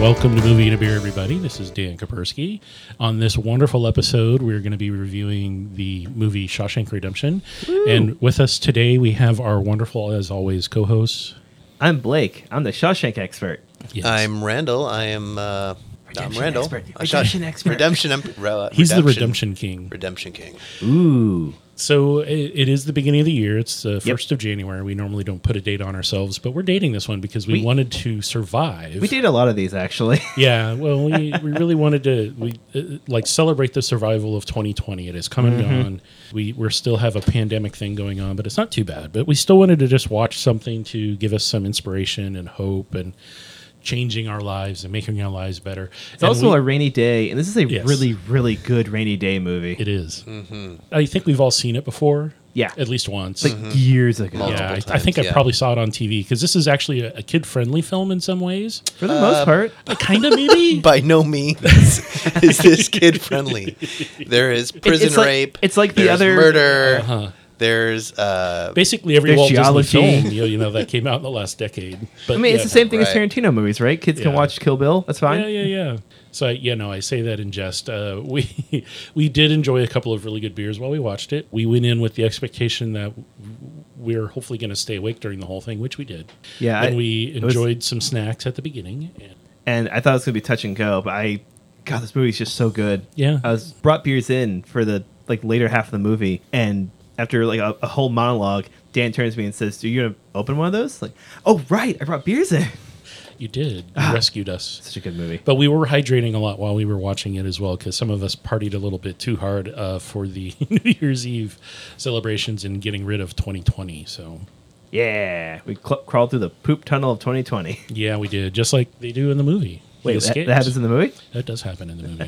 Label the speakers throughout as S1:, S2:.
S1: Welcome to Movie and a Beer, everybody. This is Dan Kapersky. On this wonderful episode, we're going to be reviewing the movie Shawshank Redemption. And with us today, we have our wonderful, as always, co hosts.
S2: I'm Blake. I'm the Shawshank expert.
S1: Yes.
S3: I'm Randall. I am. Uh, I'm
S2: Redemption
S3: Randall.
S2: expert.
S3: I got-
S2: Redemption expert.
S3: Redemption. em- re- uh,
S1: He's the Redemption King.
S3: Redemption King.
S2: Ooh.
S1: So i it is the beginning of the year. It's the
S2: Yep.
S1: 1st of January. We normally don't put a date on ourselves, but we're dating this one because we,
S2: We-
S1: wanted to survive.
S2: We did a lot of these actually.
S1: Yeah, well, we, we really wanted to we uh, like celebrate the survival of 2020. It has come and
S2: Mm-hmm.
S1: gone. We we still have a pandemic thing going on, but it's not too bad. But we still wanted to just watch something to give us some inspiration and hope and changing our lives and making our lives better.
S2: It's also a rainy day, and this is a
S1: Yes.
S2: really, really good rainy day movie.
S1: it is. I think we've all seen it before.
S2: Mm-hmm. Yeah.
S1: at least once.
S2: Like years ago.
S3: Multiple
S1: yeah, I, I
S3: times,
S1: think I
S3: yeah.
S1: probably saw it on TV because this is actually a, a kid-friendly film in some ways.
S2: For the most part.
S1: Kind of, maybe.
S3: By no means is this kid friendly. There is prison
S2: it's like-
S3: rape.
S2: it's like the
S3: there's
S2: other- Uh-huh.
S3: murder.
S1: Uh-huh.
S3: There's uh,
S1: basically every
S2: There's
S1: Walt
S2: geology.
S1: Disney film you know, you know that came out in the last decade. But
S2: I mean, it's
S1: yeah.
S2: the same thing as
S3: Right.
S2: Tarantino movies, right? Kids can
S1: Yeah.
S2: watch Kill Bill. That's fine.
S1: Yeah, yeah, yeah. So I- you know, I say that in jest. Uh, we we did enjoy a couple of really good beers while we watched it. We went in with the expectation that we are hopefully going to stay awake during the whole thing, which we did.
S2: Yeah,
S1: and
S2: I-
S1: we
S2: it was-
S1: enjoyed some snacks at the beginning. And
S2: And I thought it was gonna be touch and go, but I, God, this movie's just so good.
S1: Yeah.
S2: I was brought beers in for the like later half of the movie, and after like a, a whole monologue, Dan turns to me and says, "Are you gonna open one of those?" Like, oh right, I brought beers in.
S1: you did. You
S2: Ah.
S1: rescued us.
S2: Such a good movie.
S1: But we were hydrating a lot while we were watching it as well, because some of us partied a little bit too hard uh, for the New Year's Eve celebrations and getting rid of 2020. So
S2: Yeah, we cl- crawled through the poop tunnel of 2020.
S1: Yeah, we did, just like they do in the movie. He
S2: Wait, that,
S1: escapes.
S2: that happens in the movie?
S1: That does happen in the movie.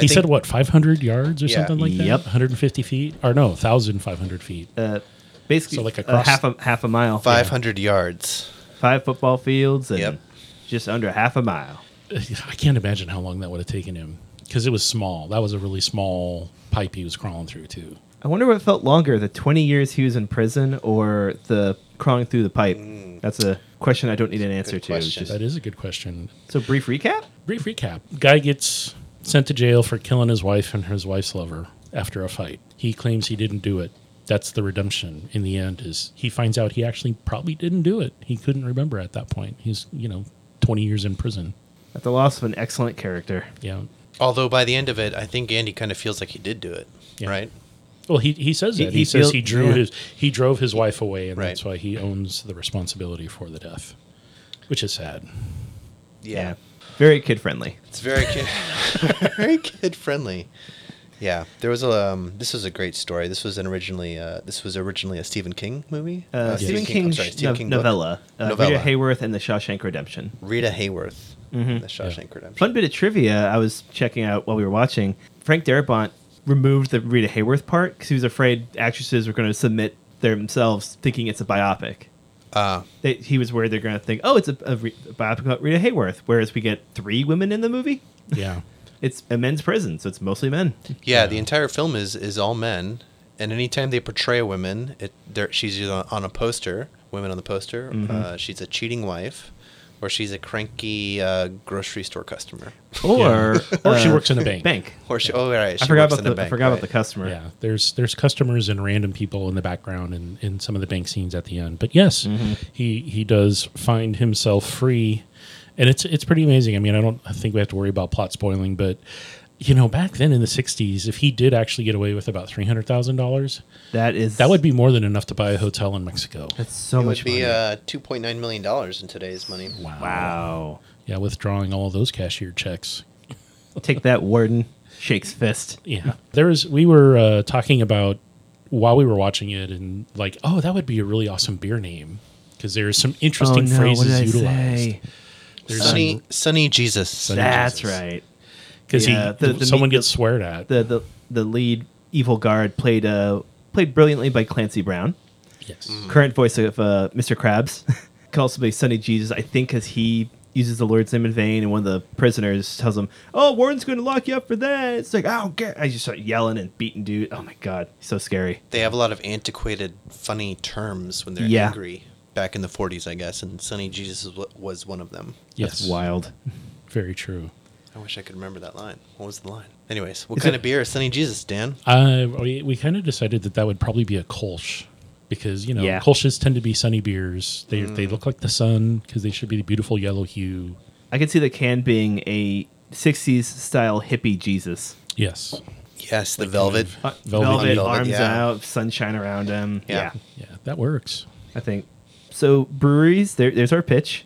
S1: he
S3: think-
S1: said what, five hundred yards or
S3: Yeah.
S1: something like that?
S2: Yep.
S1: one hundred and fifty feet, or no, thousand five hundred feet.
S2: Uh, basically,
S1: So, like,
S2: like a
S1: across-
S2: half a half a mile,
S3: five hundred yards.
S2: five football fields, and
S3: Yep.
S2: just under half a mile.
S1: I can't imagine how long that would have taken him because it was small. That was a really small pipe he was crawling through too.
S2: I wonder what felt longer, the 20 years he was in prison or the crawling through the pipe. That's a question I don't need an answer to. It's
S3: Mm. question.
S2: just-
S1: That is a good question.
S2: so brief recap?
S1: Brief recap: Guy gets sent to jail for killing his wife and his wife's lover after a fight. He claims he didn't do it. That's the redemption in the end. Is he finds out he actually probably didn't do it. He couldn't remember at that point. He's you know twenty years in prison.
S2: At the loss of an excellent character.
S1: Yeah.
S3: Although by the end of it, I think Andy kind of feels like he did do it.
S1: Yeah.
S3: Right.
S1: Well, he, he says
S2: He-
S1: that. He,
S2: he
S1: says
S2: feel-
S1: he drew
S2: yeah.
S1: his he drove his wife away, and
S3: Right.
S1: that's why he owns the responsibility for the death, which is sad.
S3: Yeah.
S2: Very kid friendly.
S3: It's very kid, very kid friendly. Yeah, there was a. Um, this was a great story. This was an originally. Uh, this was originally a Stephen King movie.
S2: Uh, Stephen
S3: I'm
S2: King's
S3: sorry, Stephen
S2: no-
S3: King book.
S2: novella, uh,
S3: Novella.
S2: Rita Hayworth and the Shawshank Redemption.
S3: Rita Hayworth, The Shawshank Redemption.
S2: Mm-hmm. Fun bit of trivia I was checking out while we were watching. Frank Darabont removed the Rita Hayworth part because he was afraid actresses were going to submit themselves thinking it's a biopic.
S3: Uh,
S2: They, he was worried they're going to think, oh, it's a, a, re- a biopic about Rita Hayworth, whereas we get three women in the movie.
S1: Yeah.
S2: It's a men's prison, so it's mostly men.
S3: yeah, the entire film is is all men, and anytime they portray a woman, it they're- she's either on, on a poster, women on the poster.
S2: Mm-hmm.
S3: Uh, she's a cheating wife, or she's a cranky uh, grocery store customer.
S2: Or,
S1: Or she
S2: uh,
S1: works in a bank.
S2: Bank.
S3: Or she, oh, right, she
S2: I forgot
S3: works
S2: about
S3: in
S2: the
S3: a bank,
S2: I forgot
S3: right.
S2: about the customer.
S1: Yeah. There's there's customers and random people in the background and in some of the bank scenes at the end. But yes, he he does find himself free, and it's it's pretty amazing. I mean, I don't I think we have to worry about plot spoiling, but you know, back then in the '60s, if he did actually get away with about three hundred thousand dollars,
S2: That is
S1: that would be more than enough to buy a hotel in Mexico.
S2: that's so
S3: It
S2: much
S3: would be
S2: money.
S3: uh, two point nine million dollars in today's money.
S2: wow.
S1: Yeah, withdrawing all those cashier checks.
S2: Take that, Warden. Shakes fist.
S1: Yeah. There was we were uh, talking about while we were watching it and like, oh, that would be a really awesome beer name because there's some
S2: Oh,
S1: interesting phrases utilized. There's
S3: Sunny, Sunny Jesus.
S2: That's
S1: Jesus.
S2: right.
S1: because
S2: Yeah,
S1: he
S2: the- the
S1: someone
S2: meat-
S1: gets sweared at.
S2: The the the lead evil guard played uh played brilliantly by Clancy Brown,
S1: yes.
S2: current voice of uh, Mr. Krabs. Could also be Sonny Jesus, I think, because he uses the Lord's name in vain, and one of the prisoners tells him, "Oh, Warden's going to lock you up for that." It's like, "I don't care." I just start yelling and beating dude. Oh my god, so scary.
S3: They have a lot of antiquated, funny terms when they're
S2: Yeah.
S3: angry. back in the 40s, I guess, and Sonny Jesus was- was one of them.
S1: Yes.
S2: That's wild.
S1: Very true.
S3: I wish I could remember that line. What was the line? Anyways, what
S2: Is
S3: kind
S2: it-
S3: of beer is Sonny Jesus, Dan?
S1: Uh, we we kind of decided that that would probably be a Kolsch because, you know,
S2: Yeah.
S1: Kolsches tend to be sunny beers. They, they look like the sun because they should be the beautiful yellow hue.
S2: I could see the can being a 60s style hippie Jesus.
S1: Yes.
S3: Yes, the velvet.
S2: Uh,
S1: Velvet.
S2: velvet,
S3: Velvet,
S2: arms
S3: yeah.
S2: out, sunshine around him.
S3: Yeah.
S2: yeah.
S1: Yeah, that works.
S2: I think. So breweries, there, there's our pitch.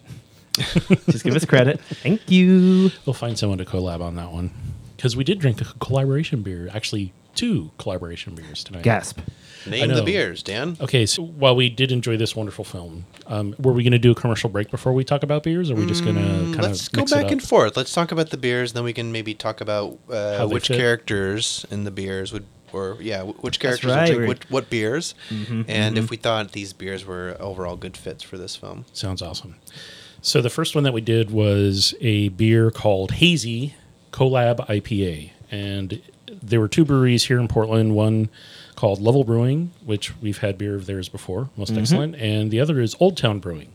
S2: Just give us credit. Thank you.
S1: We'll find someone to collab on that one because we did drink a collaboration beer, actually two collaboration beers tonight.
S2: Gasp.
S3: Name
S1: I
S3: the
S1: know.
S3: beers, Dan.
S1: Okay, so while we did enjoy this wonderful film, um, were we going to do a commercial break before we talk about beers? Or are we just going to kind
S3: Mm, Let's
S1: of
S3: go
S1: mix it
S3: back
S1: up?
S3: and forth. Let's talk about the beers, then we can maybe talk about uh,
S1: How they
S3: which
S1: fit.
S3: characters in the beers would, or yeah, wh- which characters
S2: right,
S3: would
S2: we're-
S3: drink what, what beers,
S1: Mm-hmm,
S3: and if we thought these beers were overall good fits for this film.
S1: Sounds awesome. So the first one that we did was a beer called Hazy Collab IPA, and there were two breweries here in Portland. One called Level Brewing, which we've had beer of theirs before, most
S3: Mm-hmm.
S1: excellent, and the other is Old Town Brewing.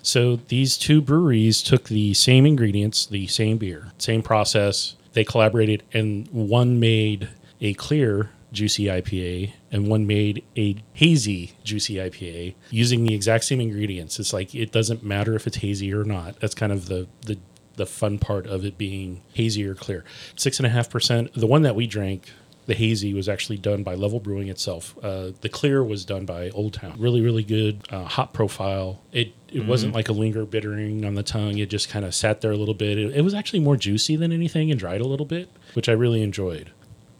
S1: So these two breweries took the same ingredients, the same beer, same process. They collaborated, and one made a clear juicy IPA, and one made a hazy juicy IPA using the exact same ingredients. It's like it doesn't matter if it's hazy or not. That's kind of the the the fun part of it being hazy or clear. Six and a half percent. The one that we drank the hazy was actually done by Level Brewing itself. Uh, the clear was done by Old Town. Really, really good uh, hop profile. It it wasn't like a linger bittering on the tongue. It just kind of sat there a little bit. It, it was actually more juicy than anything and dried a little bit, which I really enjoyed.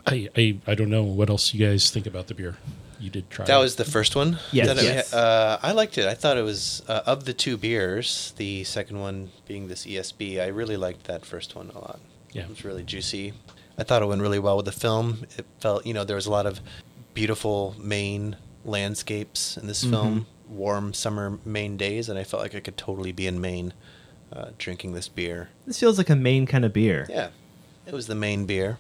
S1: I I, I don't know what else you guys think about the beer. You did try.
S3: That
S1: it.
S3: was the first one.
S2: Yes.
S3: That I-
S2: Yes.
S3: uh, I liked it. I thought it was uh, of the two beers, the second one being this ESB. I really liked that first one a lot.
S1: Yeah.
S3: it was really juicy. I thought it went really well with the film. It felt you know there was a lot of beautiful Maine landscapes in
S1: Mm-hmm.
S3: this film, warm summer Maine days, and I felt like I could totally be in Maine uh, drinking this beer.
S2: This feels like a main kind of beer.
S3: Yeah, it was the Maine beer.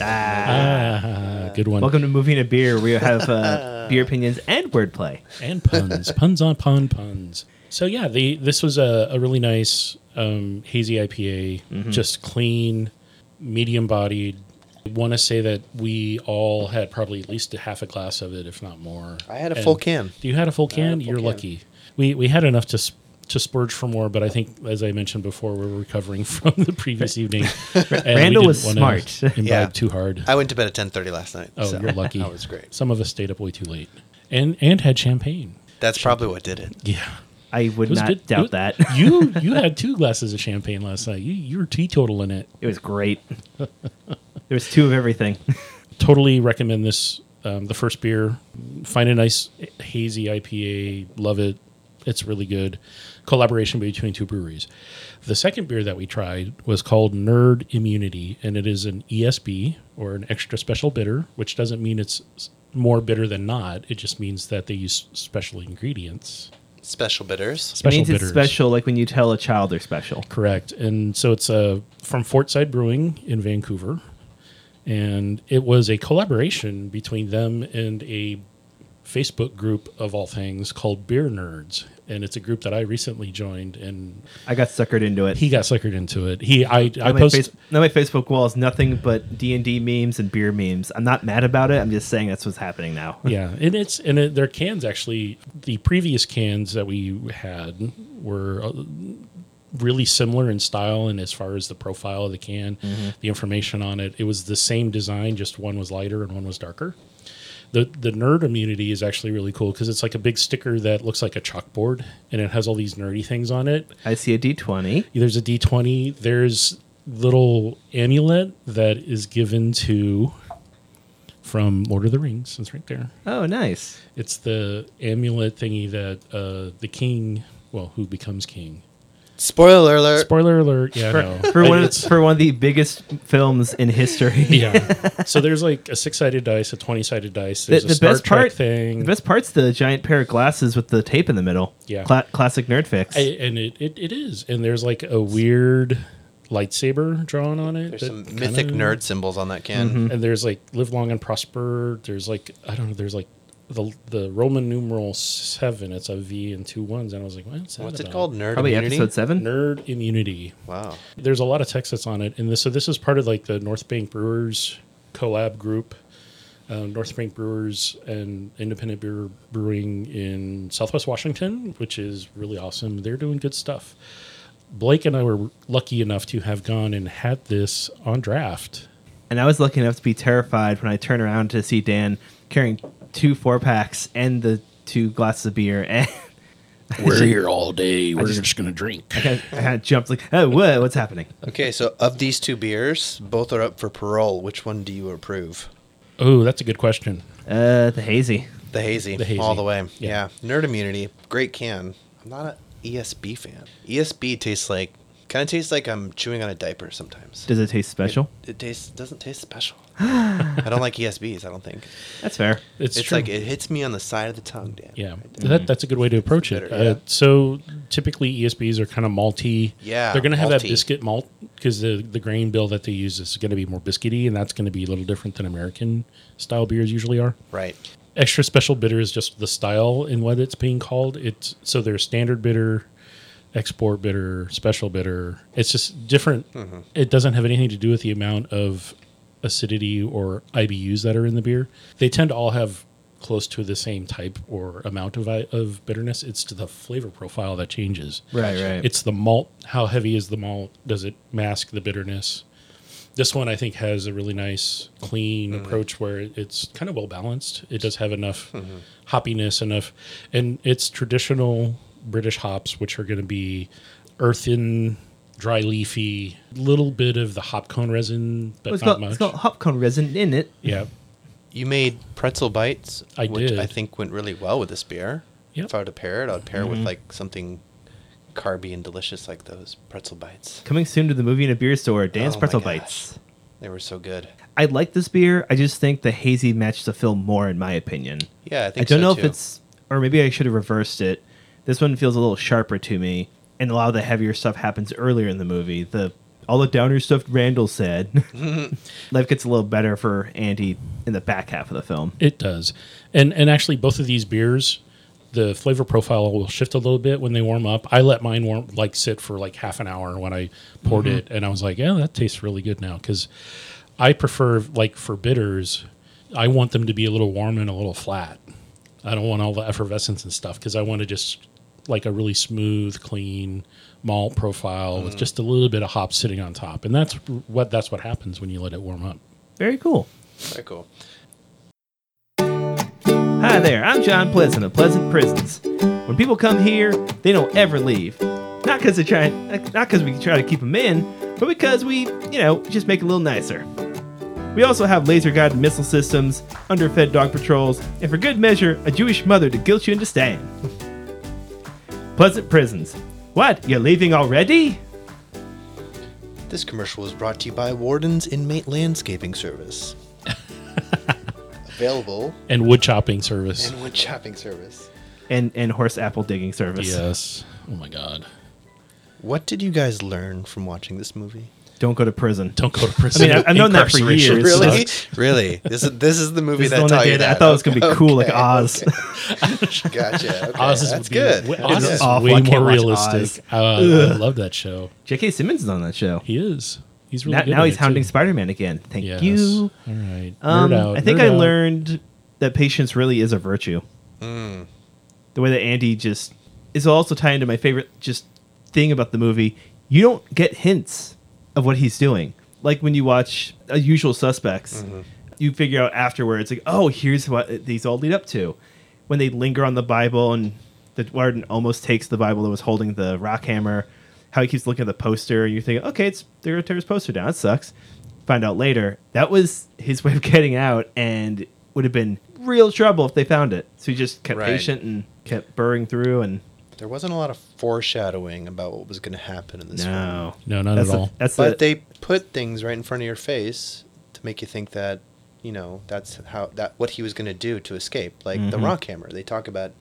S2: Ah.
S1: ah, good one.
S2: Welcome to Moving a Beer. We have uh, beer opinions and wordplay.
S1: and puns, puns on pun puns. So yeah, the this was a, a really nice um, hazy IPA,
S3: Mm-hmm.
S1: just clean, medium bodied. I want to say that we all had probably at least a half a glass of it, if not more.
S3: I had a full can.
S1: You had a full
S3: had a
S1: can.
S3: full
S1: You're
S3: can.
S1: lucky. We we had enough to. Sp- to splurge for more, but I think, as I mentioned before, we were recovering from the previous evening. and we
S2: Randall
S1: didn't
S2: was
S1: wanna
S2: smart.
S1: Imbibe
S3: Yeah.
S1: too hard.
S3: I went to bed at ten thirty last night.
S1: Oh,
S3: so
S1: you're lucky.
S3: That was great.
S1: Some of us stayed up way too late, and and had champagne.
S3: That's probably what did it.
S1: Yeah,
S2: I would not
S1: good-
S2: doubt
S1: it-
S2: that.
S1: you you had two glasses of champagne last night. You you were teetotaling it.
S2: It was great. There was two of everything.
S1: Totally recommend this. Um, the first beer, find a nice hazy IPA. Love it. It's really good. Collaboration between two breweries. The second beer that we tried was called Nerd Immunity, and it is an ESB or an extra special bitter, which doesn't mean it's s- more bitter than not. It just means that they use special ingredients.
S3: Special bitters.
S2: it
S1: Special
S2: means
S1: bitters.
S2: it's special, like when you tell a child they're special.
S1: Correct. And so it's uh, from Fortside Brewing in Vancouver. And it was a collaboration between them and a Facebook group of all things called Beer Nerds. And it's a group that I recently joined and
S2: I got suckered into it.
S1: he got suckered into it. He I, I
S2: Now my,
S1: posted
S2: face- now my Facebook wall is nothing but D and D memes and beer memes. I'm not mad about it. I'm just saying that's what's happening now.
S1: yeah, and it's and it, their cans actually the previous cans that we had were uh, really similar in style and as far as the profile of the can, the information on it. It was the same design, just one was lighter and one was darker. The the nerd immunity is actually really cool because it's like a big sticker that looks like a chalkboard and it has all these nerdy things on it.
S2: I see a D20.
S1: There's a D20. There's little amulet that is given to from Lord of the Rings. It's right there.
S2: Oh, nice.
S1: It's the amulet thingy that uh, the king, well, who becomes king.
S3: Spoiler alert.
S1: Spoiler alert! Yeah, I know.
S2: Uh, For
S1: I-
S2: one, of,
S1: it's-
S2: for one of the biggest films in history.
S1: yeah. So there's like a six-sided dice, a twenty-sided dice.
S2: The,
S1: There's
S2: the
S1: a Star
S2: best
S1: Trek
S2: part,
S1: thing.
S2: the best part's the giant pair of glasses with the tape in the middle.
S1: Yeah.
S2: Cla- classic nerd fix.
S1: I, and it, it, it is, and there's like a weird lightsaber drawn on it.
S3: There's
S1: that
S3: some mythic
S1: kinda-
S3: nerd symbols on that can.
S1: and there's like live long and prosper. There's like I don't know. There's like the the Roman numeral seven. It's a V and two ones, and I was like, what's that
S3: What's it
S1: about?
S3: called? Nerd
S2: Probably
S3: immunity?
S2: episode seven.
S1: Nerd immunity.
S3: Wow.
S1: There's a lot of text that's on it, and this, so this is part of like the North Bank Brewers collab group. Uh, North Bank Brewers and Independent Beer Brewing in Southwest Washington, which is really awesome. They're doing good stuff. Blake and I were lucky enough to have gone and had this on draft.
S2: And I was lucky enough to be terrified when I turned around to see Dan carrying two four packs and the two glasses of beer. And
S1: We're here all day. We're
S2: just-
S1: going to drink.
S2: I kind of jumped like, oh, whoa, what's happening?
S3: Okay, so of these two beers, both are up for parole. Which one do you approve?
S1: Oh, that's a good question.
S2: Uh, the hazy.
S3: The hazy,
S1: The hazy.
S3: all the way.
S1: Yeah.
S3: Yeah. Nerd immunity, great can. I'm not an ESB fan. ESB tastes like kind of tastes like I'm chewing on a diaper sometimes.
S2: Does it taste special?
S3: It tastes doesn't taste special. I don't like ESBs. I don't think
S2: That's fair.
S1: It's,
S3: it's,
S1: true.
S3: like it hits me on the side of the tongue, Dan.
S1: Yeah,
S3: Right there.
S1: that, that's a good way to approach it.
S3: better, yeah.
S1: Uh, so typically ESBs are kind of malty.
S3: Yeah,
S1: they're going to have that
S3: malty.
S1: biscuit malt because the the grain bill that they use is going to be more biscuity, and that's going to be a little different than American style beers usually are.
S3: Right.
S1: Extra special bitter is just the style in what it's being called. It's so there's standard bitter, export bitter, special bitter. It's just different. It doesn't have anything to do with the amount of acidity or IBUs that are in the beer. They tend to all have close to the same type or amount of I- of bitterness. It's to the flavor profile that changes.
S2: Right, right.
S1: It's the malt. How heavy is the malt? Does it mask the bitterness? This one I think has a really nice, clean approach where it's kind of well balanced. It does have enough hoppiness, enough, and it's traditional British hops, which are going to be earthen, dry leafy, little bit of the hop cone resin, but
S2: Well, it's,
S1: not
S2: got, it's
S1: much.
S2: got hop cone resin in it.
S1: yeah,
S3: You made pretzel bites,
S1: I
S3: which
S1: did.
S3: I think went really well with this beer.
S1: Yep.
S3: If I were to pair it, I'd pair it
S2: Mm-hmm.
S3: with like something carby and delicious like those pretzel bites.
S2: Coming soon to the movie and a beer store, Dan's
S3: Oh my
S2: Pretzel
S3: gosh.
S2: Bites.
S3: They were so good.
S2: I like this beer. I just think the hazy matches the film more, in my opinion.
S3: Yeah, I
S2: I
S3: think
S2: don't
S3: so,
S2: know
S3: too.
S2: if it's, or maybe I should have reversed it. This one feels a little sharper to me, and a lot of the heavier stuff happens earlier in the movie. The all the downer stuff Randall said. Life gets a little better for Andy in the back half of the film.
S1: It does, and and actually both of these beers, the flavor profile will shift a little bit when they warm up. I let mine warm like sit for like half an hour when I poured it, and I was like, yeah, that tastes really good now because I prefer like for bitters, I want them to be a little warm and a little flat. I don't want all the effervescence and stuff because I want to just like a really smooth, clean malt profile with just a little bit of hop sitting on top, and that's what that's what happens when you let it warm up.
S2: Very cool.
S3: Very cool.
S2: Hi there, I'm John Pleasant of Pleasant Prisons. When people come here, they don't ever leave. Not because they try, not because we try to keep them in, but because we, you know, just make it a little nicer. We also have laser guided missile systems, underfed dog patrols, and for good measure, a Jewish mother to guilt you into staying. Pleasant Prisons. What? You're leaving already?
S3: This commercial was brought to you by Warden's Inmate Landscaping Service. Available
S1: And wood chopping service.
S3: in wood chopping service.
S2: And and horse apple digging service.
S1: Yes. Oh my God.
S3: What did you guys learn from watching this movie?
S2: Don't go to prison.
S1: Don't go to
S2: I
S1: prison.
S2: mean, I- I've known that for
S1: Incarceration
S2: years.
S1: sucks.
S3: Really? really? This is this is the movie
S2: This is the
S3: that
S2: one that
S3: taught you
S2: did it.
S3: that.
S2: I thought it was gonna be cool like
S3: Okay,
S2: Oz.
S3: okay. Gotcha. Okay,
S1: Oz is would
S3: that's
S1: be-
S3: good.
S1: w-
S3: That's
S1: Oz
S3: good.
S1: is
S2: awful. I
S1: way
S2: can't
S1: more
S2: watch
S1: realistic. Uh, I love that show.
S2: J.K. Simmons is on that show.
S1: He is. He's really
S2: now
S1: good
S2: now
S1: at
S2: he's
S1: it,
S2: hounding
S1: too.
S2: Spider Man again. Thank
S1: Yes.
S2: you.
S1: All right.
S2: Um,
S1: Nerd out,
S2: I think
S1: nerd
S2: I
S1: out.
S2: learned that patience really is a virtue. The way that Andy just is also tied into my favorite just thing about the movie. You don't get hints of what he's doing. Like when you watch uh, Usual Suspects, you figure out afterwards, like, oh, here's what these all lead up to. When they linger on the Bible and the warden almost takes the Bible that was holding the rock hammer, how he keeps looking at the poster, and you think, okay, it's they're gonna tear his poster down. It sucks find out later that was his way of getting out and would have been real trouble if they found it so he just kept
S3: Right.
S2: patient
S3: Mm.
S2: and kept burrowing through and
S3: There wasn't a lot of foreshadowing about what was going to happen in this film.
S2: no
S1: No, not
S2: that's
S1: at
S2: the-
S1: all.
S2: that's
S3: But
S2: the,
S3: they put things right in front of your face to make you think that, you know, that's how that what he was going to do to escape. Like the
S2: Mhm.
S3: rock hammer. They talk about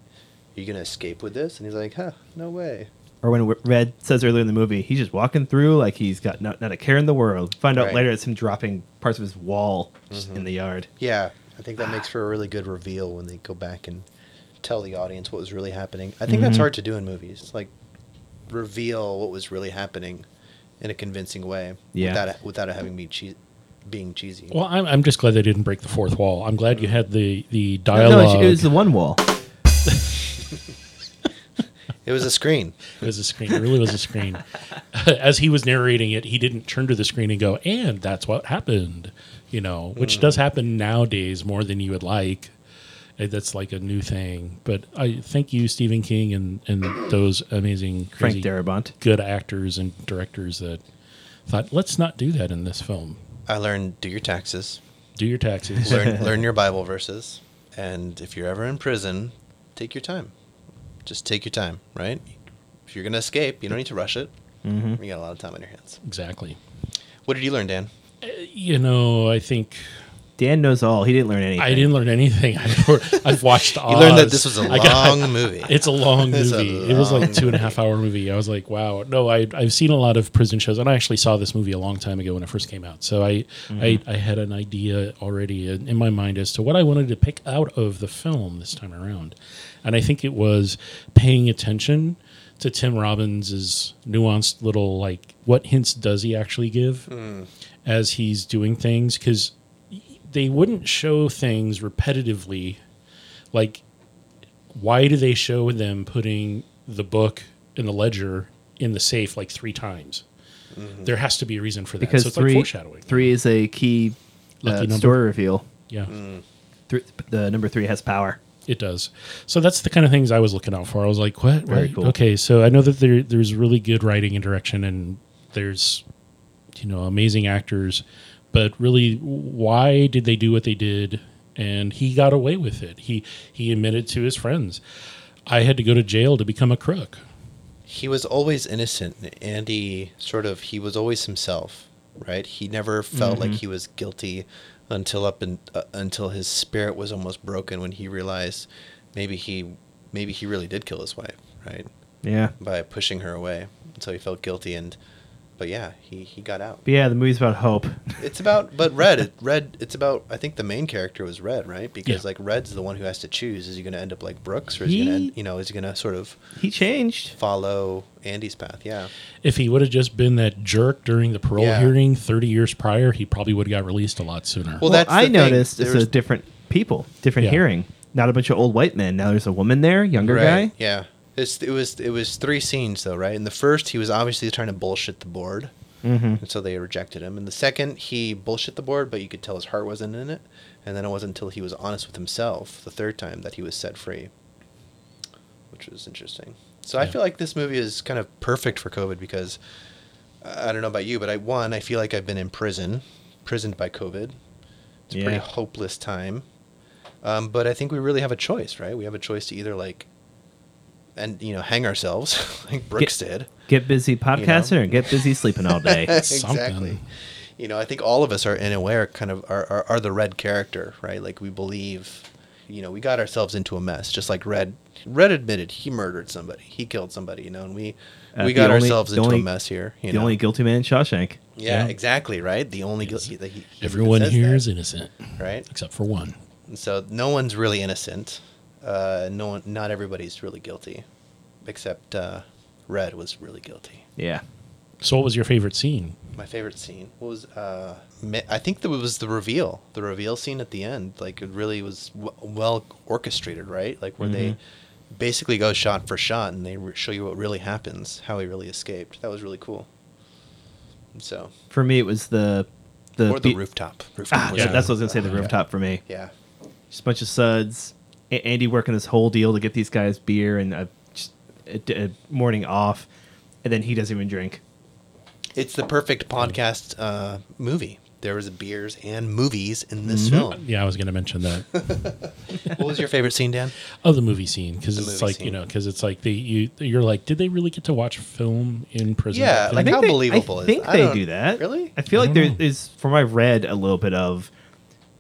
S3: you going to escape with this and he's like, "Huh, no way."
S2: or when red says earlier in the movie he's just walking through like he's got not, not a care in the world find out
S3: Right. Mm-hmm.
S2: later it's him dropping parts of his wall just in the yard
S3: Yeah. I think that makes for a really good reveal when they go back and tell the audience what was really happening. I think
S2: Mm-hmm.
S3: that's hard to do in movies. Like reveal what was really happening in a convincing way
S2: Yeah.
S3: without it- without it having been cheesy. Being cheesy.
S1: Well, I'm, I'm just glad they didn't break the fourth wall. I'm glad you had the the
S2: No,
S1: dialogue.
S2: no, it was- it was the one wall.
S3: It was a screen.
S1: It was a screen. It really was a screen. As he was narrating it, he didn't turn to the screen and go, and that's what happened, you know, which does
S3: Mm.
S1: happen nowadays more than you would like. Uh, That's like a new thing. But I thank you, Stephen King, and, and those amazing,
S2: Frank
S1: crazy,
S2: Darabont.
S1: good actors and directors that thought, let's not do that in this film.
S3: I learned do your taxes,
S1: Do your taxes.
S3: learn learn your Bible verses, and if you're ever in prison, take your time. Just take your time, right? If you're gonna escape, you don't need to rush it.
S2: Mm-hmm.
S3: You got a lot of time on your hands.
S1: exactly.
S3: What did you learn, Dan?
S1: You know, I think
S2: Dan knows all. He didn't learn anything.
S1: I didn't learn anything. I've, I've watched Oz.
S3: You learned that this was a
S1: Oh, I got-
S3: long movie.
S1: It's a long
S3: It's a
S1: movie. it was like
S3: long
S1: two and a half hour movie. I was like, wow. No, I, I've seen a lot of prison shows, and I actually saw this movie a long time ago when it first came out. So I,
S3: Mm-hmm.
S1: I, I had an idea already in in my mind as to what I wanted to pick out of the film this time around, and I think it was paying attention to Tim Robbins's nuanced little like, what hints does he actually give
S3: Mm.
S1: as he's doing things because they wouldn't show things repetitively like why do they show them putting the book and the ledger in the safe like three times? There has to be a reason for that.
S2: because
S1: so it's
S2: three
S1: like foreshadowing.
S2: three is a key
S1: Lucky
S2: uh,
S1: number.
S2: story reveal.
S1: yeah,
S2: Three, the number three has power.
S1: it does. So that's the kind of things I was looking out for. I was like, what?
S2: Very
S1: Right.
S2: cool.
S1: Okay, so I know that there, there's really good writing and direction, and there's you know amazing actors, but really, why did they do what they did? And he got away with it. He he admitted to his friends, I had to go to jail to become a crook.
S3: he was always innocent and he sort of he was always himself right he never felt
S1: Mm-hmm.
S3: like he was guilty until up and uh, until his spirit was almost broken when he realized maybe he maybe he really did kill his wife right
S2: Yeah,
S3: by pushing her away so he felt guilty and but yeah he he got out
S2: but yeah, the movie's about hope.
S3: it's about but red it, red it's about i think the main character was red right because
S1: Yeah.
S3: like red's the one who has to choose is he going to end up like brooks or is he going to
S2: He-
S3: end you know is he going to sort of
S2: He changed.
S3: follow andy's path yeah
S1: If he would have just been that jerk during the parole
S3: Yeah.
S1: hearing 30 years prior, he probably would have got released a lot sooner.
S3: Well,
S2: Well,
S3: that's
S2: I
S3: the thing.
S2: noticed it's
S3: There's-
S2: a different people, different
S1: Yeah.
S2: hearing. Not a bunch of old white men. Now there's a woman there, younger guy.
S3: Yeah. It's, it was it was three scenes though, right? In the first, he was obviously trying to bullshit the board,
S2: Mm-hmm.
S3: and so they rejected him. In the second, he bullshit the board, but you could tell his heart wasn't in it. And then it wasn't until he was honest with himself the third time that he was set free, which was interesting. So I
S1: Yeah.
S3: feel like this movie is kind of perfect for COVID because I I don't know about you, but I one I feel like I've been in prison, prisoned by COVID. It's a
S2: Yeah.
S3: pretty hopeless time. Um, but I think we really have a choice, right? We have a choice to either like, and you know, hang ourselves like Brooks did.
S2: Get busy podcasting or get busy sleeping all day.
S1: Something.
S3: You know, I think all of us are in aware kind of are, are, are the red character, right? Like we believe, you know, we got ourselves into a mess, just like Red. Red admitted he murdered somebody, he killed somebody, you know, and we
S2: Uh, the
S3: we got
S2: only-
S3: ourselves
S2: the
S3: into
S2: only-
S3: a mess here. You
S2: the
S3: know?
S2: only guilty man in Shawshank.
S3: yeah,
S1: Yeah.
S3: exactly, right? The only guilty that he, he
S1: Everyone
S3: says
S1: here
S3: that,
S1: is innocent,
S3: right.
S1: except for one.
S3: And so no one's really innocent. Uh, no one, not everybody's really guilty, except uh, Red was really guilty.
S2: Yeah.
S1: So, what was your favorite scene?
S3: My favorite scene was uh, ma- I think that it was the reveal, the reveal scene at the end. Like it really was w- well orchestrated, right? Like where they
S2: Mm-hmm.
S3: basically go shot for shot and they re- show you what really happens, how he really escaped. That was really cool. And so
S2: For me, it was the the,
S3: or the
S2: be-
S3: rooftop. rooftop
S2: Ah,
S3: was
S1: Yeah.
S3: the-
S2: that's what I was gonna say. The
S1: Yeah.
S2: rooftop for me.
S3: yeah.
S2: just a bunch of suds. A- Andy working this whole deal to get these guys beer and a, just a, d- a morning off, and then he doesn't even drink.
S3: It's the perfect podcast uh, movie. There was beers and movies in this
S2: Mm-hmm.
S3: film.
S1: Yeah, I was going to mention that.
S3: What was your favorite scene, Dan?
S1: oh, the movie scene because
S3: The
S1: it's
S3: movie
S1: like you
S3: scene.
S1: know because it's like they you you're like, did they really get to watch film in prison?
S3: Yeah,
S1: Did
S3: like
S1: they-
S3: how
S2: they,
S3: believable
S2: I
S3: is
S2: think
S3: that? I
S2: they
S3: don't-
S2: do that.
S3: really?
S2: I feel
S1: I
S2: like
S1: don't
S2: there
S1: know.
S2: is, from what I've read, a little bit of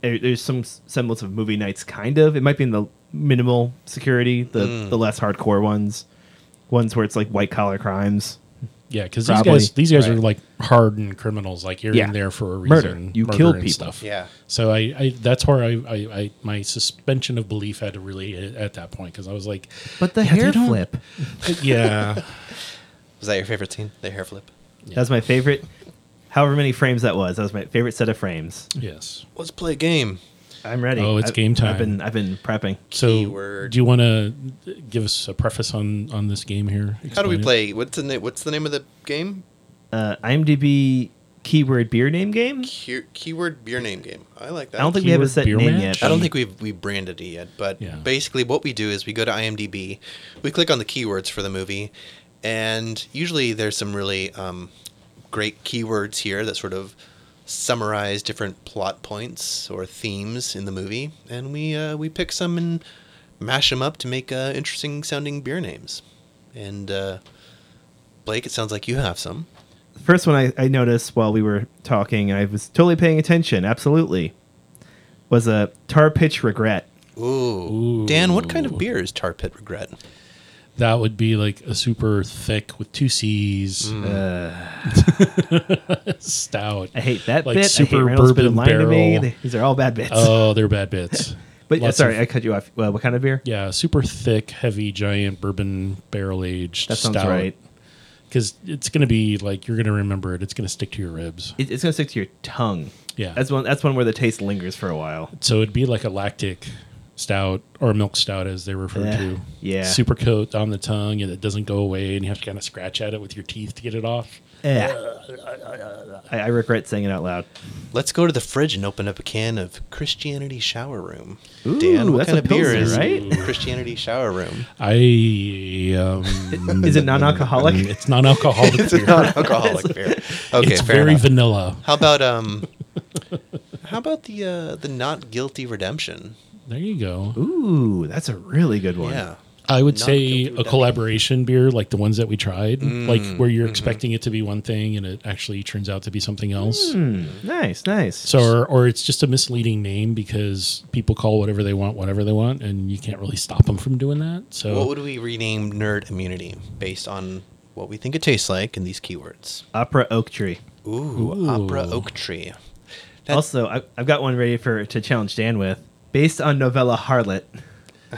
S2: there, there's some s- semblance of movie nights. Kind of. It might be in the minimal
S3: Hmm.
S2: security, the the less hardcore ones, ones where it's like white collar crimes.
S1: Yeah, because these
S2: Probably.
S1: guys, these guys are
S3: Right.
S1: like hardened criminals. Like you're
S2: Yeah.
S1: in there for a reason.
S2: Murder. You
S1: murder
S2: killed
S1: and
S2: people.
S3: Yeah.
S1: So I, I that's where I, I, I, my suspension of belief had to really hit at that point because I was like,
S2: But the
S1: Yeah, they
S2: hair
S1: don't-
S2: flip.
S1: yeah,
S3: Was that your favorite scene? The hair flip
S2: That was my favorite. However many frames that was, that was my favorite set of frames.
S1: yes.
S3: let's play a game.
S2: I'm ready.
S1: Oh, it's
S2: I've-
S1: game time.
S2: I've been I've been prepping.
S1: So
S3: Keyword.
S1: do you want to give us a preface on on this game here?
S3: How do
S1: Explain
S3: we
S1: it?
S3: play? What's the name? What's the name of the game?
S2: Uh, IMDb keyword beer name game.
S3: Key- keyword beer name game. I like that.
S2: I don't think we have a
S1: Keyword
S2: set
S1: beer
S2: name
S1: match?
S2: yet.
S3: I don't think we've we branded it yet, but
S1: Yeah.
S3: basically what we do is we go to IMDb, we click on the keywords for the movie, and usually there's some really um, great keywords here that sort of summarize different plot points or themes in the movie, and we uh, we pick some and mash them up to make uh, interesting sounding beer names. And uh, Blake, it sounds like you have some.
S2: First one I, I noticed while we were talking, and I was totally paying attention. Absolutely, was a tar pitch regret.
S3: Ooh.
S1: Ooh.
S3: Dan, what kind of beer is Tar Pit Regret?
S1: That would be like a super thick with two C's
S3: Mm.
S2: Uh,
S1: stout.
S2: I hate that
S1: Like
S2: bit. I hate
S1: super
S2: Reynolds bit of
S1: bourbon
S2: line to me.
S1: barrel.
S2: These are all bad bits.
S1: Oh, they're bad bits.
S2: but uh,
S1: lots
S2: sorry,
S1: of-
S2: I cut you off. Well, what kind of beer?
S1: Yeah, super thick, heavy, giant bourbon barrel aged.
S2: That sounds right.
S1: Because it's going to be like you're going to remember it. It's going to stick to your ribs.
S2: It, it's gonna stick to your tongue.
S1: Yeah.
S2: that's one. That's one where the taste lingers for a while.
S1: So it'd be like a lactic stout or a milk stout, as they refer
S2: Yeah,
S1: to.
S2: Eh, yeah.
S1: Super coat on the tongue, and it doesn't go away, and you have to kind of scratch at it with your teeth to get it off.
S2: Yeah. Eh. I, I regret saying it out loud.
S3: Let's go to the fridge and open up a can of Christianity Shower Room.
S2: Ooh,
S3: Dan, what
S2: that's
S3: kind
S2: a
S3: of beer
S2: Pilsner,
S3: is
S2: right?
S3: Christianity Shower Room?
S1: I um,
S2: Is it non-alcoholic?
S1: It's non-alcoholic.
S3: It's
S1: beer.
S3: a non-alcoholic beer. Okay,
S1: it's
S3: fair
S1: very
S3: enough.
S1: vanilla.
S3: how about um, how about the uh, the not guilty redemption?
S1: There you go.
S2: Ooh, that's a really good one.
S3: Yeah,
S1: I would
S3: Not
S1: say
S3: guilty
S1: a
S3: of that.
S1: collaboration beer, like the ones that we tried, like where you're
S3: Mm-hmm.
S1: expecting it to be one thing and it actually turns out to be something else.
S2: Hmm, nice, nice.
S1: So, or, or it's just a misleading name because people call whatever they want whatever they want, and you can't really stop them from doing that. So,
S3: what would we rename Nerd Immunity based on what we think it tastes like and these keywords?
S2: opera oak tree.
S3: Ooh,
S1: Ooh.
S3: Opera Oak Tree. That-
S2: also, I, I've got one ready for to challenge Dan with, based on novella Harlot.
S1: Oh,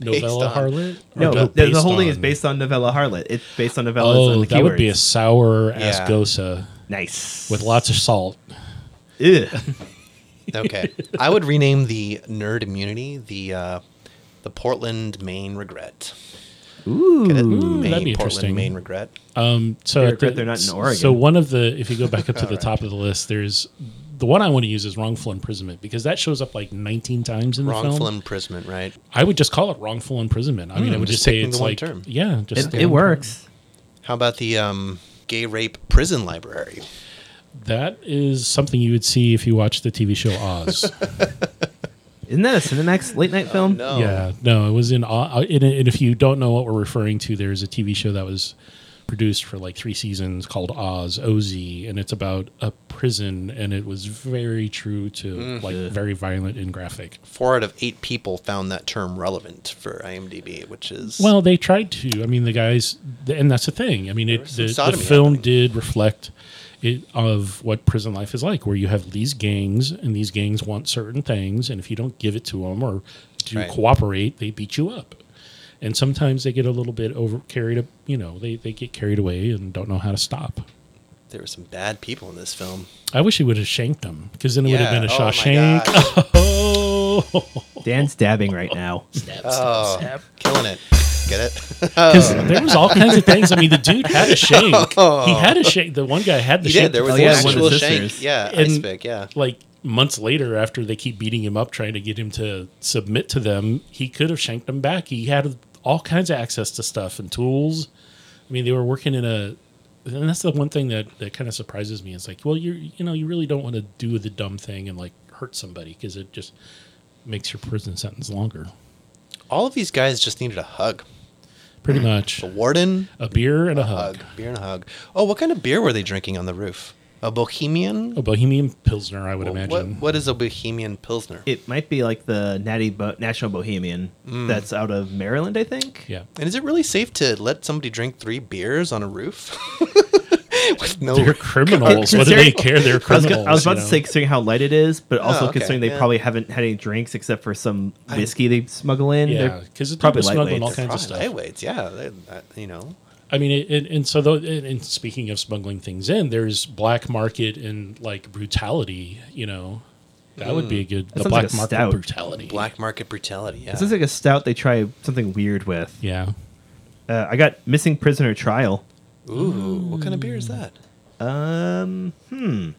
S1: novella
S3: on-
S1: harlot? Or
S2: No,
S1: ba-
S2: the, the
S1: based
S2: whole thing is
S1: on-
S2: based on novella Harlot. It's based on novellas.
S1: Oh,
S2: and the
S1: that would be a
S2: keywords.
S1: sour
S3: Yeah.
S1: asgosa
S2: nice
S1: with lots of salt.
S2: Ugh.
S3: Okay, I would rename the Nerd Immunity the uh, the Portland Maine Regret.
S2: Ooh,
S3: Get it?
S1: that'd be
S3: Maine,
S1: interesting.
S3: Portland Maine Regret.
S1: Um, so
S2: They
S1: at
S2: regret they're not in Oregon.
S1: So one of the, if you go back up to the top of the list, there's the one I want to use is wrongful imprisonment because that shows up like 19 times in the
S3: Wrongful
S1: film.
S3: imprisonment, right?
S1: I would just call it wrongful imprisonment. I mean, I would
S3: just
S1: just, say
S3: picking
S1: it's
S3: the one
S1: like,
S3: term.
S1: yeah, just
S2: it,
S1: the
S2: it
S1: one term.
S2: works.
S3: How about the um, gay rape prison library?
S1: That is something you would see if you watched the TV show Oz.
S2: Isn't that a Cinemax late night film?
S3: No.
S1: Oh, yeah, no, it was in Oz. And and if you don't know what we're referring to, there's a TV show that was produced for like three seasons called Oz, OZ, and it's about a prison, and it was very true to like very violent and graphic.
S3: Four out of eight people found that term relevant for IMDb, which is
S1: Well, they tried to. I mean, the guys, and that's the thing. I mean, it,
S3: was some
S1: the, the
S3: sodomy
S1: film
S3: happening.
S1: did reflect it of what prison life is like, where you have these gangs, and these gangs want certain things, and if you don't give it to them or do
S3: Right.
S1: cooperate, they beat you up. And sometimes they get a little bit over carried up. You know, they they get carried away and don't know how to stop.
S3: there were some bad people in this film.
S1: I wish he would have shanked them because then it would have
S3: Yeah,
S1: been a
S3: oh my
S1: Shawshank.
S3: gosh.
S1: Oh,
S2: Dan's dabbing right now.
S3: Oh, killing it. Get it?
S1: Because there was all kinds of things. I mean, the dude had a shank. He had a shank. The one guy had the
S3: Oh. he
S1: shank.
S3: did. There was
S2: Oh,
S3: an
S2: yeah, one
S3: actual
S2: of the
S3: shank.
S2: sisters.
S3: Yeah, ice
S1: And-
S3: pick. Yeah.
S1: Like months later, after they keep beating him up, trying to get him to submit to them, he could have shanked them back. He had all kinds of access to stuff and tools. I mean, they were working in a. And that's the one thing that, that kind of surprises me. It's like, well, you're you know you really don't want to do the dumb thing and like hurt somebody because it just makes your prison sentence longer.
S3: All of these guys just needed a hug.
S1: Pretty much
S3: The warden,
S1: a beer and a
S3: Mm. hug.
S1: hug.
S3: Beer and a hug. Oh, what kind of beer were they drinking on the roof? A bohemian?
S1: A Bohemian Pilsner, I would
S3: Well, what,
S1: imagine.
S3: what is a bohemian pilsner?
S2: It might be like the Natty Bo- National Bohemian that's out of Maryland, I think.
S1: Yeah.
S3: and is it really safe to let somebody drink three beers on a roof? With no
S1: They're criminals. what do they
S2: Considering-
S1: care? They're
S2: I was,
S1: criminals.
S2: gonna, I was about
S1: you
S2: to
S1: know?
S2: say considering how light it is, but also
S3: okay,
S2: considering they
S3: yeah.
S2: probably haven't had any drinks except for some whiskey they smuggle in.
S1: Yeah,
S2: They're
S1: 'cause it's
S2: probably
S1: smuggling
S2: lightweights.
S1: all
S3: They're
S1: kinds of
S3: probably
S1: stuff.
S3: lightweights, yeah. they- uh, you know,
S1: I mean, it, and and so though, and, and speaking of smuggling things in, there's black market and like brutality. You know, that would be a good the
S2: Mm. sounds
S1: black
S2: like a
S1: market
S2: stout.
S1: brutality.
S3: black market brutality. Yeah.
S2: It sounds like a stout they try something weird with.
S1: Yeah.
S2: Uh, I got Missing Prisoner Trial.
S3: Ooh, what kind of beer is
S1: Hmm.
S3: that?
S2: Um, hmm.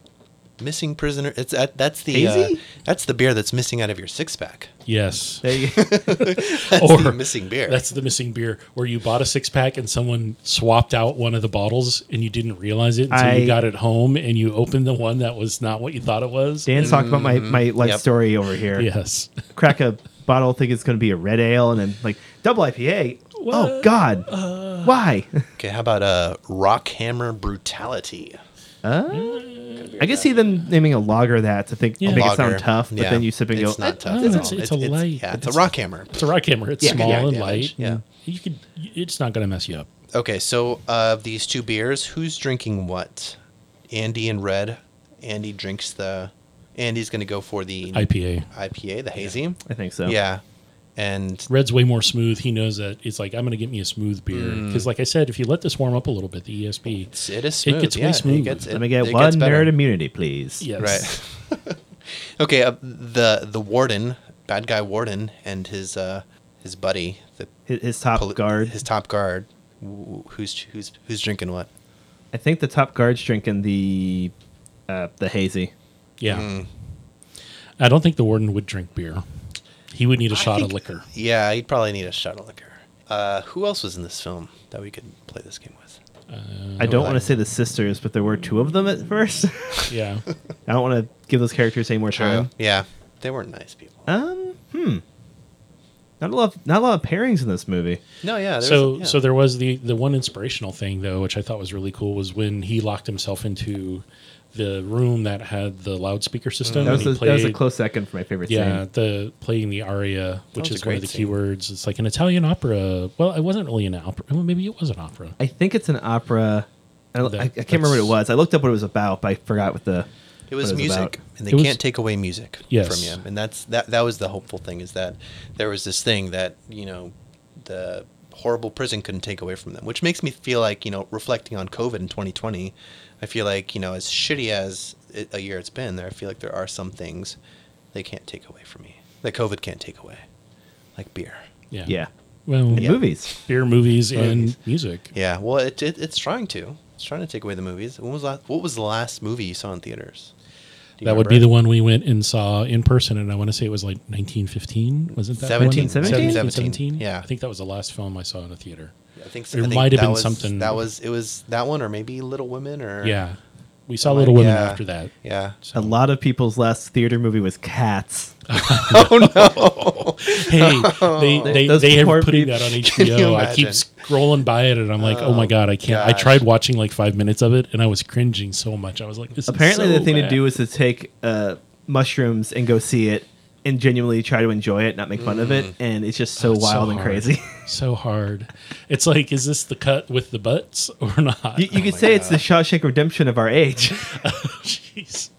S3: Missing prisoner. It's that. That's the. uh,
S2: Hazy?
S3: that's the beer that's missing out of your six pack.
S1: Yes.
S2: There you
S3: That's
S1: Or-
S3: the missing beer.
S1: That's the missing beer where you bought a six pack and someone swapped out one of the bottles and you didn't realize it until
S2: I-
S1: you got it home and you opened the one that was not what you thought it was.
S2: Dan's talking about my, my life
S3: Mm-hmm. Yep.
S2: story over here.
S1: Yes.
S2: Crack a bottle, think it's going to be a red ale, and then like double IPA. Oh,
S1: What? Uh,
S2: God. Why?
S3: okay. How about uh, rock hammer brutality?
S2: I can see them naming a lager that to think
S1: Yeah.
S2: make it sound
S3: Lager.
S2: tough, but
S3: Yeah.
S2: then you sip and go.
S3: It's not
S2: "Eh."
S3: tough.
S1: no,
S3: at
S1: it's-
S3: all.
S1: it's a light.
S3: yeah, it's,
S1: It's-
S3: a rock hammer.
S1: It's a rock hammer. It's
S3: Yeah,
S1: small
S3: yeah,
S1: and
S3: yeah,
S1: light.
S3: yeah.
S1: You could it's not gonna mess you up.
S3: Okay, so of these two beers, who's drinking what? Andy in red. Andy drinks the. Andy's going to go for the
S1: IPA.
S3: IPA, the hazy.
S2: I think so.
S3: Yeah. And
S1: Red's way more smooth. He knows that it's like I'm going to get me a smooth beer
S3: Mm.
S1: because, like I said, if you let this warm up a little bit, the E ESP.
S3: it's, it is smooth.
S1: gets way
S3: yeah,
S1: smooth.
S3: gets-
S2: Let me get
S3: it gets
S2: one
S3: better.
S2: merit immunity, please.
S1: Yes.
S3: Right. okay. Uh, the the warden, bad guy warden, and his uh, his buddy, the
S2: His, his top
S3: poli-
S2: guard.
S3: his top guard. wh- Who's who's who's drinking what?
S2: I think the top guard's drinking the uh, the hazy.
S1: Yeah.
S3: Mm.
S1: I don't think the warden would drink beer. He would need a
S3: I
S1: shot
S3: think-
S1: of liquor.
S3: Yeah, he'd probably need a shot of liquor. Uh, who else was in this film that we could play this game with?
S2: I don't
S3: like-
S2: want to say the sisters, but there were two of them at first.
S1: Yeah.
S2: I don't want to give those characters any more time.
S3: Yeah, they weren't nice people.
S2: Um, hmm. Not a lot. Of, not a lot of pairings in this movie.
S3: no, yeah. there's-
S1: so
S3: yeah.
S1: so there was the the one inspirational thing though, which I thought was really cool, was when he locked himself into the room that had the loudspeaker system.
S2: That
S3: Mm.
S1: and
S2: was,
S1: he
S2: a, that was a
S1: played-
S2: close second for my favorite
S1: Yeah,
S2: scene.
S1: the playing the aria,
S3: was
S1: which
S3: a
S1: is one
S3: great
S1: of the
S3: scene.
S1: keywords. It's like an Italian opera. Well, it wasn't really an opera. Well, maybe it was an opera.
S2: I think it's an opera. I, don't-
S1: That-
S2: I, I can't remember what it
S1: that's-
S2: was. I looked up what it was about, but I forgot what the.
S3: it was
S2: what
S3: music,
S2: about.
S3: and they
S1: It was-
S3: can't take away music
S1: Yes.
S3: from you. And that's that. That was the hopeful thing is that there was this thing that you know the horrible prison couldn't take away from them, which makes me feel like you know reflecting on COVID in 2020, I feel like you know as shitty as it, a year it's been, there I feel like there are some things they can't take away from me that COVID can't take away, like beer.
S1: Yeah.
S2: Yeah.
S1: Well,
S2: And Movies.
S1: beer movies and
S3: Movies.
S1: music.
S3: Yeah, well, it, it it's trying to. It's trying to take away the movies. When was la what was the last movie you saw in theaters? Do you
S1: That would be
S3: remember?
S1: the one we went and saw in person, and I want to say it was like 1915. Wasn't that the one?
S3: 17,
S2: 17?
S1: 17,
S3: 17, yeah.
S1: I think that was the last film I saw in a theater.
S3: I think so.
S1: There
S3: I think
S1: might have
S3: that
S1: been
S3: was-
S1: something-
S3: that was it was that one or maybe Little Women or
S1: Yeah, we saw
S2: Oh
S3: Might-
S1: Little Women
S3: yeah.
S1: after that.
S3: yeah.
S1: So-
S2: A lot of people's last theater movie was Cats.
S3: oh no!
S1: hey, they they,
S2: Those
S1: they
S2: poor
S1: have putting
S2: people.
S1: that on
S3: you
S1: HBO. I keep
S3: imagine?
S1: scrolling by it, and I'm like, oh, my god, I can't. I
S3: gosh.
S1: tried watching like five minutes of it, and I was cringing so much. I was like, this.
S2: Apparently,
S1: is so
S2: the thing
S1: bad.
S2: to do is to take uh, mushrooms and go see it and genuinely try to enjoy it, not make fun of it. And it's just so
S1: It's so
S2: wild and
S1: hard.
S2: crazy.
S1: so hard. It's like, is this the cut with the butts or not?
S2: you you could say it's the Shawshank Redemption of our age.
S1: Jeez.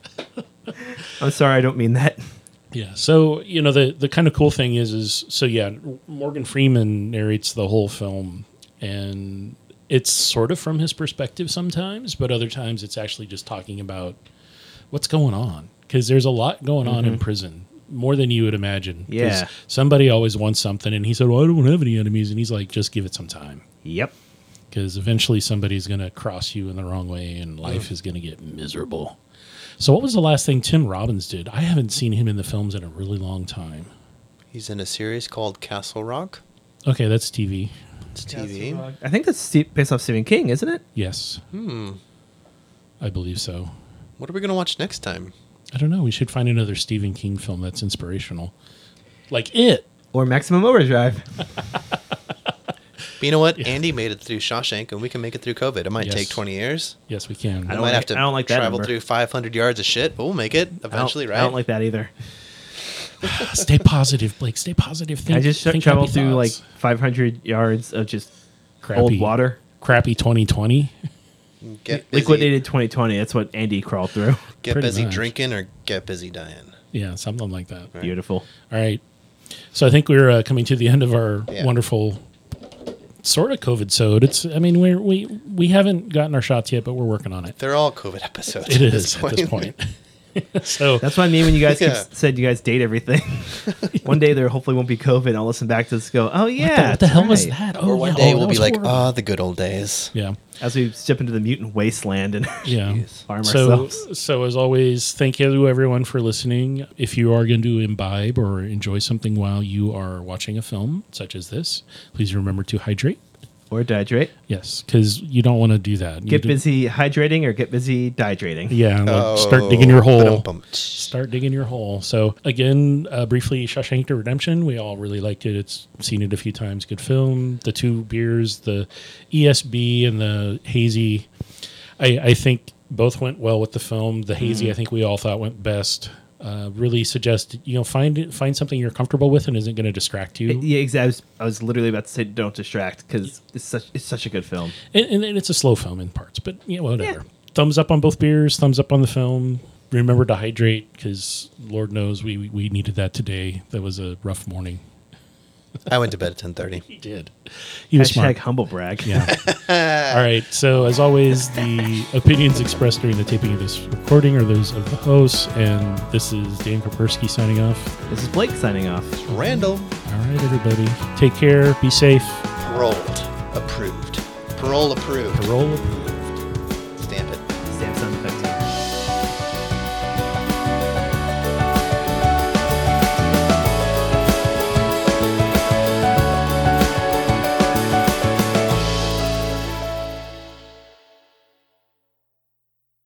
S2: I'm sorry, I don't mean that.
S1: Yeah. So you know the the kind of cool thing is is so yeah, Morgan Freeman narrates the whole film, and it's sort of from his perspective sometimes, but other times it's actually just talking about what's going on because there's a lot going on in prison more than you would imagine. 'Cause
S2: Mm-hmm. Yeah.
S1: Somebody always wants something, and he said, "Well, I don't have any enemies," and he's like, "Just give it some time."
S2: Yep.
S1: because eventually somebody's going to cross you in the wrong way and life is going to get miserable. So, what was the last thing Tim Robbins did? I haven't seen him in the films in a really long time.
S3: He's in a series called Castle Rock.
S1: Okay, that's TV.
S3: It's TV.
S2: I think that's Ste- based off Stephen King, isn't it?
S1: Yes,
S3: Hmm.
S1: I believe so.
S3: What are we gonna watch next time?
S1: I don't know. We should find another Stephen King film that's inspirational, like it.
S2: Or Maximum Overdrive.
S3: But you know what?
S1: Yeah.
S3: Andy made it through Shawshank, and we can make it through COVID. It might
S1: Yes.
S3: take 20 years.
S1: Yes, we can.
S2: I
S3: We
S2: don't
S3: might
S2: like-
S3: have to
S2: I don't like that
S3: travel
S2: number.
S3: through 500 yards of shit, but we'll make it
S2: I don't-
S3: eventually, right?
S2: I don't like that either.
S1: stay positive, Blake. Stay positive. Think,
S2: I just tra-
S1: think
S2: traveled
S1: happy
S2: through
S1: thoughts.
S2: like 500 yards of just
S1: Crappy-
S2: old water.
S1: crappy 2020.
S3: get busy,
S2: Liquidated 2020. That's what Andy crawled through.
S3: get
S1: pretty
S3: busy
S1: much.
S3: drinking or get busy dying.
S1: Yeah, something like that.
S3: Right.
S2: Beautiful.
S1: All right. So I think we're uh, coming to the end of our
S3: Yeah.
S1: wonderful sort of COVID sode. It's I mean we we we haven't gotten our shots yet, but we're working on it.
S3: They're all COVID episodes.
S1: It is at this point. so
S2: That's what I mean when you guys keep
S3: Yeah.
S2: s- said you guys date everything. One day there hopefully won't be COVID. and I'll listen back to this. and Go, oh yeah,
S1: what the
S2: that's
S1: hell was
S2: right."
S1: that?
S3: or one
S1: Oh, yeah.
S3: day
S1: that
S3: we'll be
S1: was
S3: like,
S1: horrible.
S3: ah, the good old days.
S1: yeah,
S2: As we step into the mutant wasteland and
S1: yeah.
S2: farm
S1: So,
S2: ourselves.
S1: so as always, thank you everyone for listening. If you are going to imbibe or enjoy something while you are watching a film such as this, please remember to hydrate.
S2: or dehydrate.
S1: Yes, because you don't want to do that. You
S2: Get
S1: do-
S2: busy hydrating or get busy dehydrating.
S1: Yeah, like start digging your hole.
S3: Oh. ba-dum-bum.
S1: Start digging your hole. So again, uh, briefly, Shawshank to Redemption. We all really liked it. It's seen it a few times. Good film. The two beers, the ESB and the hazy. I, I think both went well with the film. The hazy, I think we all thought went best. Uh, really suggest you know find it, find something you're comfortable with and isn't going to distract you.
S2: Uh, Yeah, exactly. I was, I was literally about to say don't distract because it's such it's such a good film.
S1: and, and, and it's a slow film in parts, but you know, whatever. Thumbs up on both beers. Thumbs up on the film. Remember to hydrate because Lord knows we we needed that today. That was a rough morning.
S3: I went to bed at 10:30.
S1: He did. He was
S2: Hashtag
S1: smart.
S2: humble brag.
S1: Yeah. All right. So as always, the opinions expressed during the taping of this recording are those of the hosts, and this is Dan Koperski signing off.
S2: This is Blake signing off.
S3: Randall
S1: All right, everybody, take care. Be safe.
S3: paroled, approved. Parole approved.
S1: Parole approved.